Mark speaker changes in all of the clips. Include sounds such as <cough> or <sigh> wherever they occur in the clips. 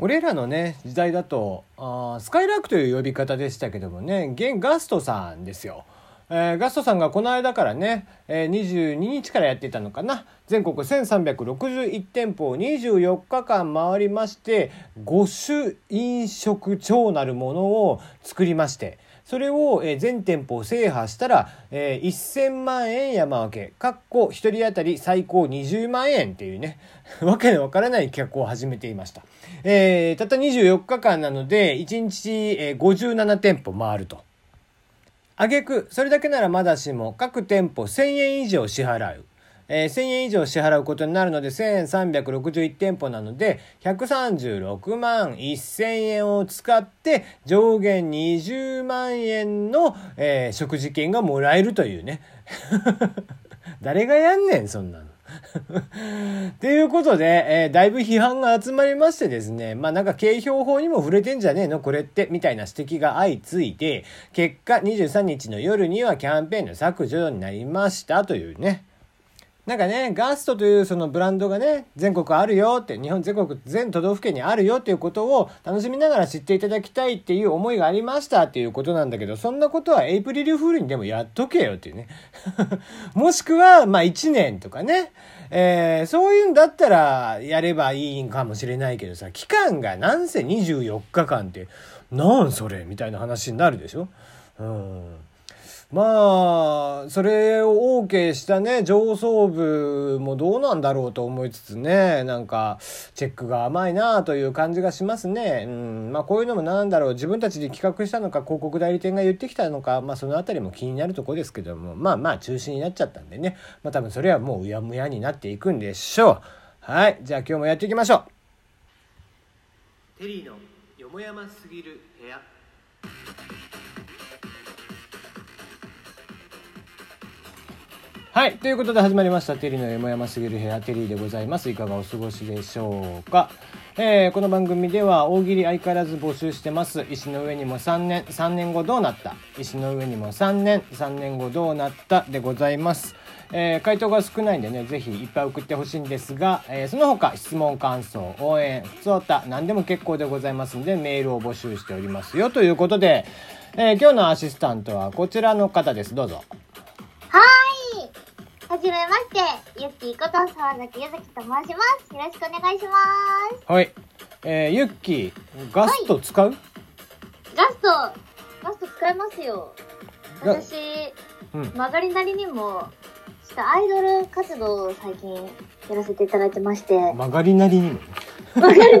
Speaker 1: 俺らのね時代だとあースカイラークという呼び方でしたけどもね現ガストさんですよ、えーガストさんがこの間からね、えー22日からやっていたのかな全国1361店舗を24日間回りまして5種飲食超なるものを作りましてそれを、えー全店舗を制覇したら、えー1000万円山分け、かっこ1人当たり最高20万円っていうね、 <laughs> わけのわからない企画を始めていました。えーたった24日間なので、1日、えー57店舗回ると。挙句それだけならまだしも各店舗1,000円以上支払う、えー1,000円以上支払うことになるので1,361店舗なので136万1,000円を使って上限20万円の、えー食事券がもらえるというね <laughs> 誰がやんねんそんなの。 <laughs> っていうことで、えーだいぶ批判が集まりましてですね、まあなんか景表法にも触れてんじゃねえのこれって、みたいな指摘が相次いで、結果23日の夜にはキャンペーンの削除になりましたというね。なんかね、ガストというそのブランドがね、全国あるよって、日本全国、全都道府県にあるよっていうことを楽しみながら知っていただきたいっていう思いがありましたっていうことなんだけど、そんなことはエイプリルフールにでもやっとけよっていうね。 <laughs> もしくは、まあ1年とかね、えーそういうんだったらやればいいんかもしれないけどさ、期間がなんせ24日間って、なんそれみたいな話になるでしょ。うんまあそれを OK したね上層部もどうなんだろうと思いつつねなんかチェックが甘いなという感じがしますね、うん、まあこういうのもなんだろう自分たちで企画したのか広告代理店が言ってきたのかまあその辺りも気になるところですけどもまあまあ中止になっちゃったんでねまあ多分それはもううやむやになっていくんでしょうはいじゃあ今日もやっていきましょう
Speaker 2: テリーのよもやますぎる部屋
Speaker 1: はい。ということで始まりました、テリーの山山すぎる部屋、テリーでございます。いかがお過ごしでしょうか。えーこの番組では大喜利相変わらず募集してます。石の上にも3年、3年後どうなった石の上にも3年、3年後どうなったでございます。えー回答が少ないんでね、ぜひいっぱい送ってほしいんですが、えーその他質問、感想、応援、普通歌、何でも結構でございますんで、メールを募集しておりますよ。ということで、えー今日のアシスタントはこちらの方です。どうぞ。
Speaker 3: はーい。はじめまして、ゆっきーこと沢崎ゆずきと申します。よろしくお願いします。
Speaker 1: はい。えー、ユッキー、ガスト使う、
Speaker 3: ガスト、ガスト使いますよ。
Speaker 1: が
Speaker 3: 私、
Speaker 1: うん。
Speaker 3: 曲がりなりにも、ちょっとアイドル活動を最近やらせていただいてまして、曲
Speaker 1: 曲がりなりにもね。
Speaker 3: がりなりにも、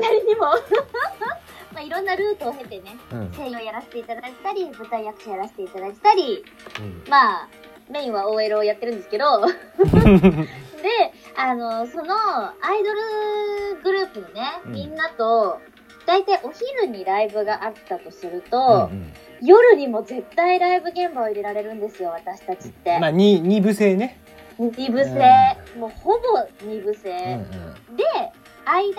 Speaker 3: <laughs> まあいろんなルートを経てね、
Speaker 1: うん。うん。
Speaker 3: 声優やらせていただいたり、舞台役者やらせていただいたり、まあ、メインは OL をやってるんですけど、
Speaker 1: <laughs>
Speaker 3: で、あの、その、アイドルグループのね、
Speaker 1: うん
Speaker 3: みんなと、大体お昼にライブがあったとすると
Speaker 1: う、ん
Speaker 3: 夜にも絶対ライブ現場を入れられるんですよ、私たちって。
Speaker 1: まあ、に二部制ね。
Speaker 3: 二部制、もうほぼ二部制。
Speaker 1: うん
Speaker 3: で、間に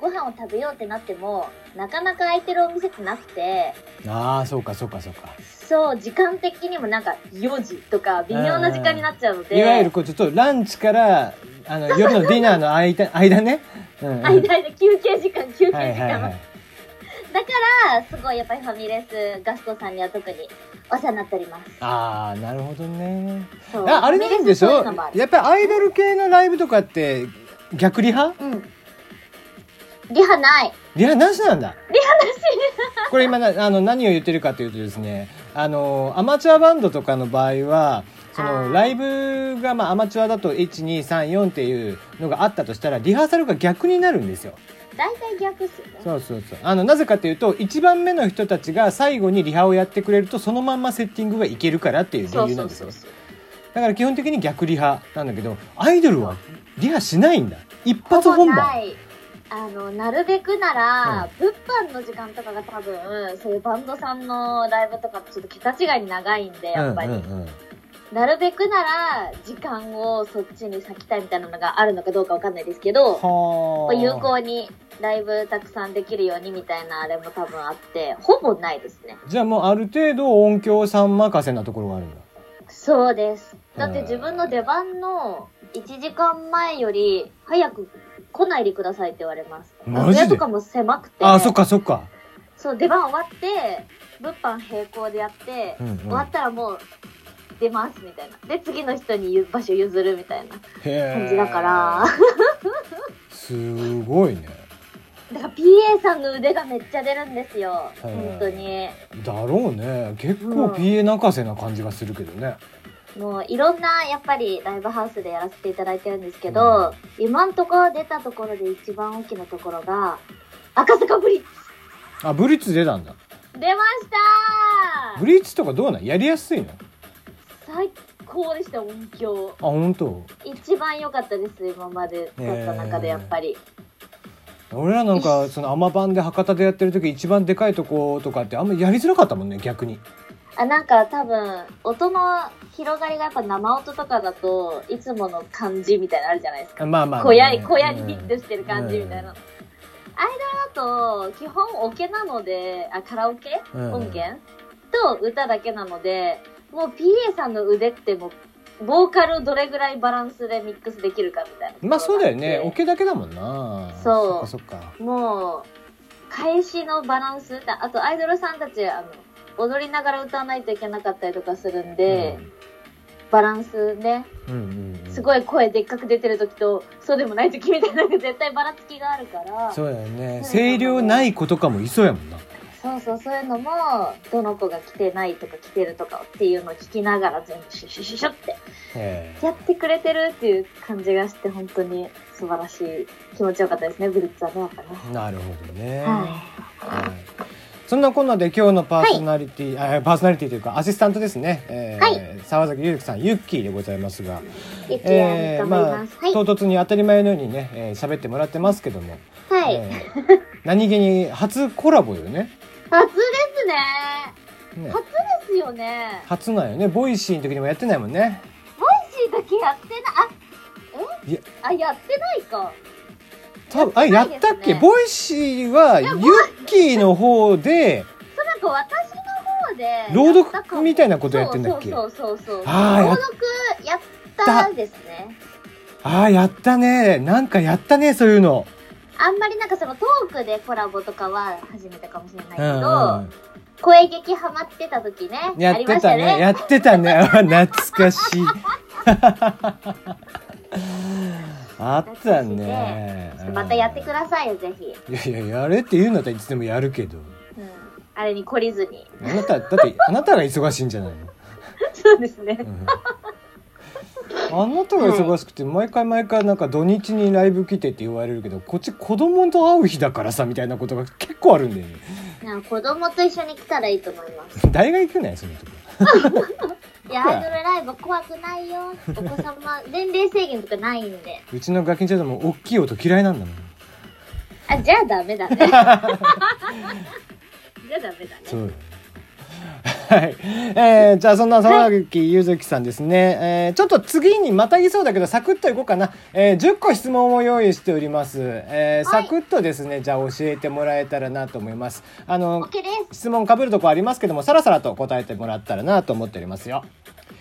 Speaker 3: ご飯を食べようってなっても、なかなか空いてるお店ってなくて、
Speaker 1: うん。ああ、そうか、そうか、そうか。
Speaker 3: そう、時間的にもなんか4時とか微妙な時間になっちゃうので、
Speaker 1: いわゆる、こう、ちょっとランチから、あ
Speaker 3: <laughs>
Speaker 1: の、夜のディナーの間、 <laughs> 間ね。うん <laughs> うん。
Speaker 3: 間間休憩時間休憩時間、
Speaker 1: はいはいはい。
Speaker 3: だからすごいやっぱりファミレスガストさんには特にお世話になっております
Speaker 1: ああ、なるほどね。
Speaker 3: そう
Speaker 1: ああれなんでしょ
Speaker 3: ファミレスそういうのもある
Speaker 1: やっぱりアイドル系のライブとかって、逆リハ
Speaker 3: うんリ
Speaker 1: <laughs>
Speaker 3: ハない
Speaker 1: リハなしなんだ。リハなし。これ今なあの何を言ってるかというとですね、あのアマチュアバンドとかの場合は。そ
Speaker 3: あ
Speaker 1: の
Speaker 3: ー
Speaker 1: ライブが、まあ、アマチュアだと1234っていうのがあったとしたらリハーサルが逆になるんですよ
Speaker 3: 大体逆っすよね
Speaker 1: そうそうそうあのなぜかというと1番目の人たちが最後にリハをやってくれるとそのまんまセッティングがいけるからっていう理由なんですよ
Speaker 3: そう
Speaker 1: だから基本的に逆リハなんだけどアイドルはリハしないんだ一発本
Speaker 3: ほぼな
Speaker 1: 番
Speaker 3: いあのなるべくなら、物販の時間とかが多分そういうバンドさんのライブとかちょっと桁違いに長いんでやっぱり、
Speaker 1: うんうんうん
Speaker 3: なるべくなら時間をそっちに割きたいみたいなのがあるのかどうかわかんないですけど
Speaker 1: はあ
Speaker 3: 有効にライブたくさんできるようにみたいなあれも多分あってほぼないですね
Speaker 1: じゃあもうある程度音響さん任せなところがあるんだ。
Speaker 3: そうですだって自分の出番の1時間前より早く来ないでくださいって言われます。
Speaker 1: マジで
Speaker 3: 楽屋とかも狭くて。
Speaker 1: ああそっかそっか
Speaker 3: そう、出番終わって、物販並行でやって、
Speaker 1: うんうん
Speaker 3: 終わったらもう、出ますみたいな。で、次の人にゆ場所譲るみたいな
Speaker 1: へえ
Speaker 3: 感じだから。 <laughs>
Speaker 1: すごいね
Speaker 3: だから PA さんの腕がめっちゃ出るんですよ。
Speaker 1: い
Speaker 3: 本当に。
Speaker 1: だろうね結
Speaker 3: う
Speaker 1: 構
Speaker 3: ん
Speaker 1: PA 泣かせな感じがするけどね、
Speaker 3: もういろんなやっぱりライブハウスでやらせていただいてるんですけど、今んとこ出たところで一番大きなところが、赤坂ブリッジ
Speaker 1: あブリッツ出たんだ
Speaker 3: 出ました
Speaker 1: ブリッツとかどうなんやりやすいのあ
Speaker 3: 最高でした、音響。
Speaker 1: 本当。
Speaker 3: 一番良かったです、今までだった中でやっぱり。
Speaker 1: 俺らなんかそのアマ版で博多でやってる時一番でかいとことかってあんまやりづらかったもんね逆に
Speaker 3: あなんか多分音の広がりがやっぱ生音とかだといつもの感じみたいなのあるじゃないですか
Speaker 1: まあまあ、
Speaker 3: 小屋に
Speaker 1: うん
Speaker 3: 小屋にフィットしてる感じみたいな、
Speaker 1: うん
Speaker 3: アイドルだと基本オケなのであカラオケ、
Speaker 1: うん
Speaker 3: 音源と歌だけなのでもう PA さんの腕ってもうボーカルをどれぐらいバランスでミックスできるかみたいな
Speaker 1: まあそうだよねオ
Speaker 3: オケ
Speaker 1: ケだけだもんな
Speaker 3: そう
Speaker 1: そっかそっか
Speaker 3: もう返しのバランスだあとアイドルさんたちあの踊りながら歌わないといけなかったりとかするんで、バランスね
Speaker 1: うんうんうん
Speaker 3: すごい声でっかく出てる時とそうでもない時みたいなのが絶対ばらつきがあるから
Speaker 1: そうだよね
Speaker 3: そう
Speaker 1: 声量ない子とかもいそうやもんな
Speaker 3: そうそうそういうのもどの子が来てないとか来てるとかっていうのを聞きながら全部シュシュシュシュって
Speaker 1: へえ
Speaker 3: やってくれてるっていう感じがして本当に素晴らしい気持ちよかったですねブリッツはねやっぱね。
Speaker 1: なるほどね、
Speaker 3: は
Speaker 1: はいそんなこんなで今日のパーソナリティ、あパーソナリティというかアシスタントですね、えー
Speaker 3: はい
Speaker 1: 沢崎ゆうきさんユッキーでございますが、
Speaker 3: い、ゆきや
Speaker 1: えー
Speaker 3: ん頑張ります。
Speaker 1: 唐突に当たり前のようにねえー喋、ってもらってますけども、
Speaker 3: はい、はい、
Speaker 1: えー何気に初コラボよね
Speaker 3: 初ですね。
Speaker 1: ね
Speaker 3: 初ですよね。
Speaker 1: 初なんよねボイシーの時にもやってないもんね
Speaker 3: ボイシーだけやってない。あ、え
Speaker 1: いや
Speaker 3: あ、やってないか。
Speaker 1: 多分あや
Speaker 3: やっ
Speaker 1: って
Speaker 3: ないです
Speaker 1: た
Speaker 3: ね
Speaker 1: っけボイシーはユッキーの方で
Speaker 3: そうなんか私の方で。
Speaker 1: 朗読みたいなことやってんだっけ
Speaker 3: そうそうそうそうそう。
Speaker 1: あーや
Speaker 3: 朗
Speaker 1: っ
Speaker 3: 読やったですね。
Speaker 1: ああやったねなんかやったねそういうの
Speaker 3: あんまりなんかそのトークでコラボとかは始めたかもしれないけ
Speaker 1: う
Speaker 3: ど、
Speaker 1: んうん
Speaker 3: 声劇ハマってた時ね。
Speaker 1: や
Speaker 3: あ
Speaker 1: っ
Speaker 3: りま
Speaker 1: て
Speaker 3: した
Speaker 1: た
Speaker 3: ね。
Speaker 1: ねやってたね <laughs> あ懐かしい <laughs> あったね
Speaker 3: ちょっとまたやってくださいよ、ぜひ。
Speaker 1: いやいややれって言うんだったらいつでもやるけど
Speaker 3: うん。あれに懲りずに。 <laughs>
Speaker 1: あなただってあなたが忙しいんじゃないの、
Speaker 3: そうですね。
Speaker 1: うんあなたが忙しくて毎回毎回なんか土日にライブ来てって言われるけどこっち子供と会う日だからさみたいなことが結構あるんだよね
Speaker 3: なんか子供と一緒に来たらいいと思います。
Speaker 1: 大概行くねそういうとこ
Speaker 3: いや、アイドルライブ怖くないよ。お子様、年齢制限とかないんで。
Speaker 1: うちのガキンちゃんも大きい音嫌いなんだもん
Speaker 3: あ、じゃあダ
Speaker 1: <laughs>
Speaker 3: メだね。じゃあダメだね。
Speaker 1: そうよ <laughs> はい、えー、じゃあそんな沢木ゆずきさんですね、えーちょっと次にまたぎそうだけどサクッといこうかな、えー10個質問を用意しております、えー
Speaker 3: はい
Speaker 1: サクッとですねじゃあ教えてもらえたらなと思いますあの
Speaker 3: OK です。
Speaker 1: 質問かぶるとこありますけどもさらさらと答えてもらったらなと思っておりますよ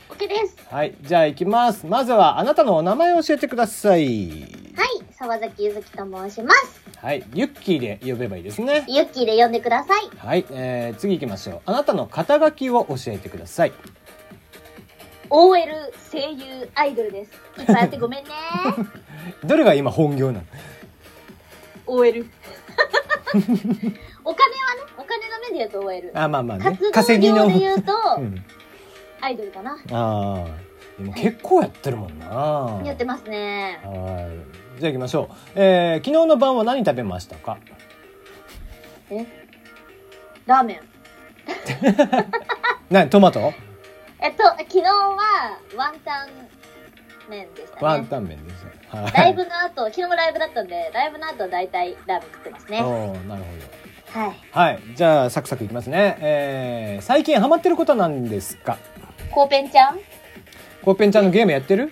Speaker 3: OK です。
Speaker 1: はいじゃあ行きますまずはあなたのお名前を教えてください
Speaker 3: はい、沢崎ゆずきと申します。
Speaker 1: はいユッキーで呼べばいいですね
Speaker 3: ゆっきーで呼んでください。
Speaker 1: はい、えー、次行きましょうあなたの肩書きを教えてください
Speaker 3: OL 声優アイドルです。いっぱいあってごめ
Speaker 1: <laughs>
Speaker 3: んね。
Speaker 1: どれが今本業なの
Speaker 3: OL。お金はね、お金の面で言うと OL。
Speaker 1: あまあまあね
Speaker 3: 活動量で言うと、
Speaker 1: うん、
Speaker 3: アイドルかな。
Speaker 1: ああでも結構やってるもんなは
Speaker 3: やってますね。
Speaker 1: いじゃあ行きましょう、えー、昨日の晩は何食べましたか
Speaker 3: えラーメン。
Speaker 1: 何トマト
Speaker 3: えっと、昨日はワンタン麺でしたね。
Speaker 1: ワンタン麺ですねはい
Speaker 3: ライブの後、昨日もライブだったんで、ライブの後は大体ラーメン食ってますね。は
Speaker 1: おーなるほど
Speaker 3: い。
Speaker 1: はい、じゃあサクサクいきますね。えー、最近ハマってることは何ですか。
Speaker 3: コーペンちゃんや
Speaker 1: コーペンちゃんのゲームやってる？
Speaker 3: っ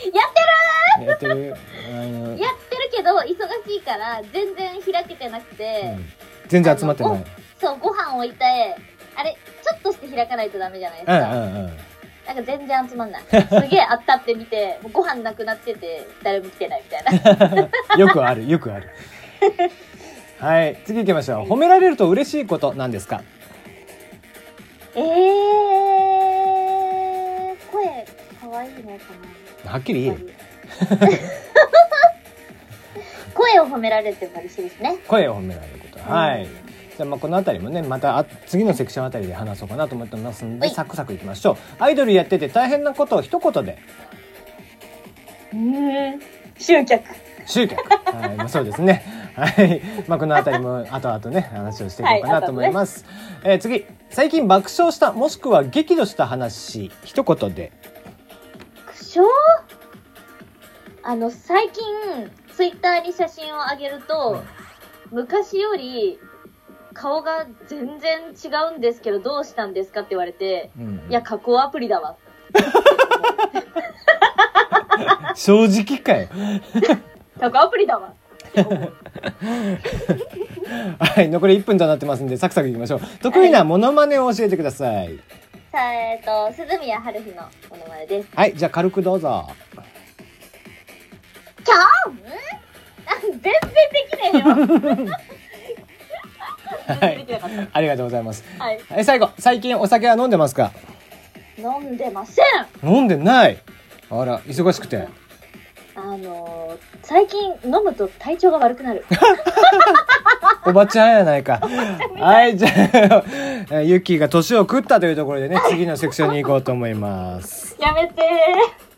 Speaker 3: てる
Speaker 1: やってる。あの
Speaker 3: やってるけど、忙しいから、全然開けてなくて、
Speaker 1: うん全然集まってない。
Speaker 3: そう、ご飯置いて、あれ、ちょっとして開かないとダメじゃない
Speaker 1: う
Speaker 3: ですか。
Speaker 1: んうんうん。
Speaker 3: なんか全然集まんない。すげえあったって見て、もうご飯なくなってて、誰も来てないみた
Speaker 1: <laughs>
Speaker 3: いな。
Speaker 1: よくあるよくあるはい次行きましょう褒められると嬉しいことなんですか
Speaker 3: ええー、声、かわいいね、か
Speaker 1: はっきり
Speaker 3: な
Speaker 1: 言
Speaker 3: や
Speaker 1: え
Speaker 3: っ
Speaker 1: よ
Speaker 3: ぱり <laughs> 声を褒められるってやっぱ嬉しいです <laughs> ね。
Speaker 1: 声を褒められることはい、
Speaker 3: うん
Speaker 1: じゃあまあこの辺りもねまたあ次のセクションあたりで話そうかなと思ってますんで
Speaker 3: はい
Speaker 1: サクサクいきましょうアイドルやってて大変なことを一言で
Speaker 3: うん。集客。
Speaker 1: 集客はい、まあ、そうですねはい、まあ、この辺りも後々ね話をしていこうかなと思います、えー次最近爆笑したもしくは激怒した話一言で
Speaker 3: 苦笑あの、最近、ツイッターに写真を上げると、昔より、顔が全然違うんですけど、どうしたんですかって言われて、
Speaker 1: うん
Speaker 3: いや、加工アプリだわ。
Speaker 1: 正直かよ
Speaker 3: 加工アプリだわ。
Speaker 1: はい残り1分となってますんでサクサクいきましょう得意なモノマネを教えてください
Speaker 3: さあ、えっ、と、鈴宮春日のものまねです。
Speaker 1: はいじゃあ軽くどうぞ
Speaker 3: キャーンあ全然できね
Speaker 1: は
Speaker 3: えよ。で
Speaker 1: い
Speaker 3: きなかっ
Speaker 1: ありがとうございます
Speaker 3: た。はい。
Speaker 1: はい最後最近お酒は飲んでますか
Speaker 3: 飲んでません
Speaker 1: 飲んでないあら忙しくて
Speaker 3: あのー、最近飲むと体調が悪くなる。
Speaker 1: おばちゃんやないか。はい、じゃあ、えユッキーが年を食ったというところでね、次のセクションに行こうと思います。
Speaker 3: やめてー。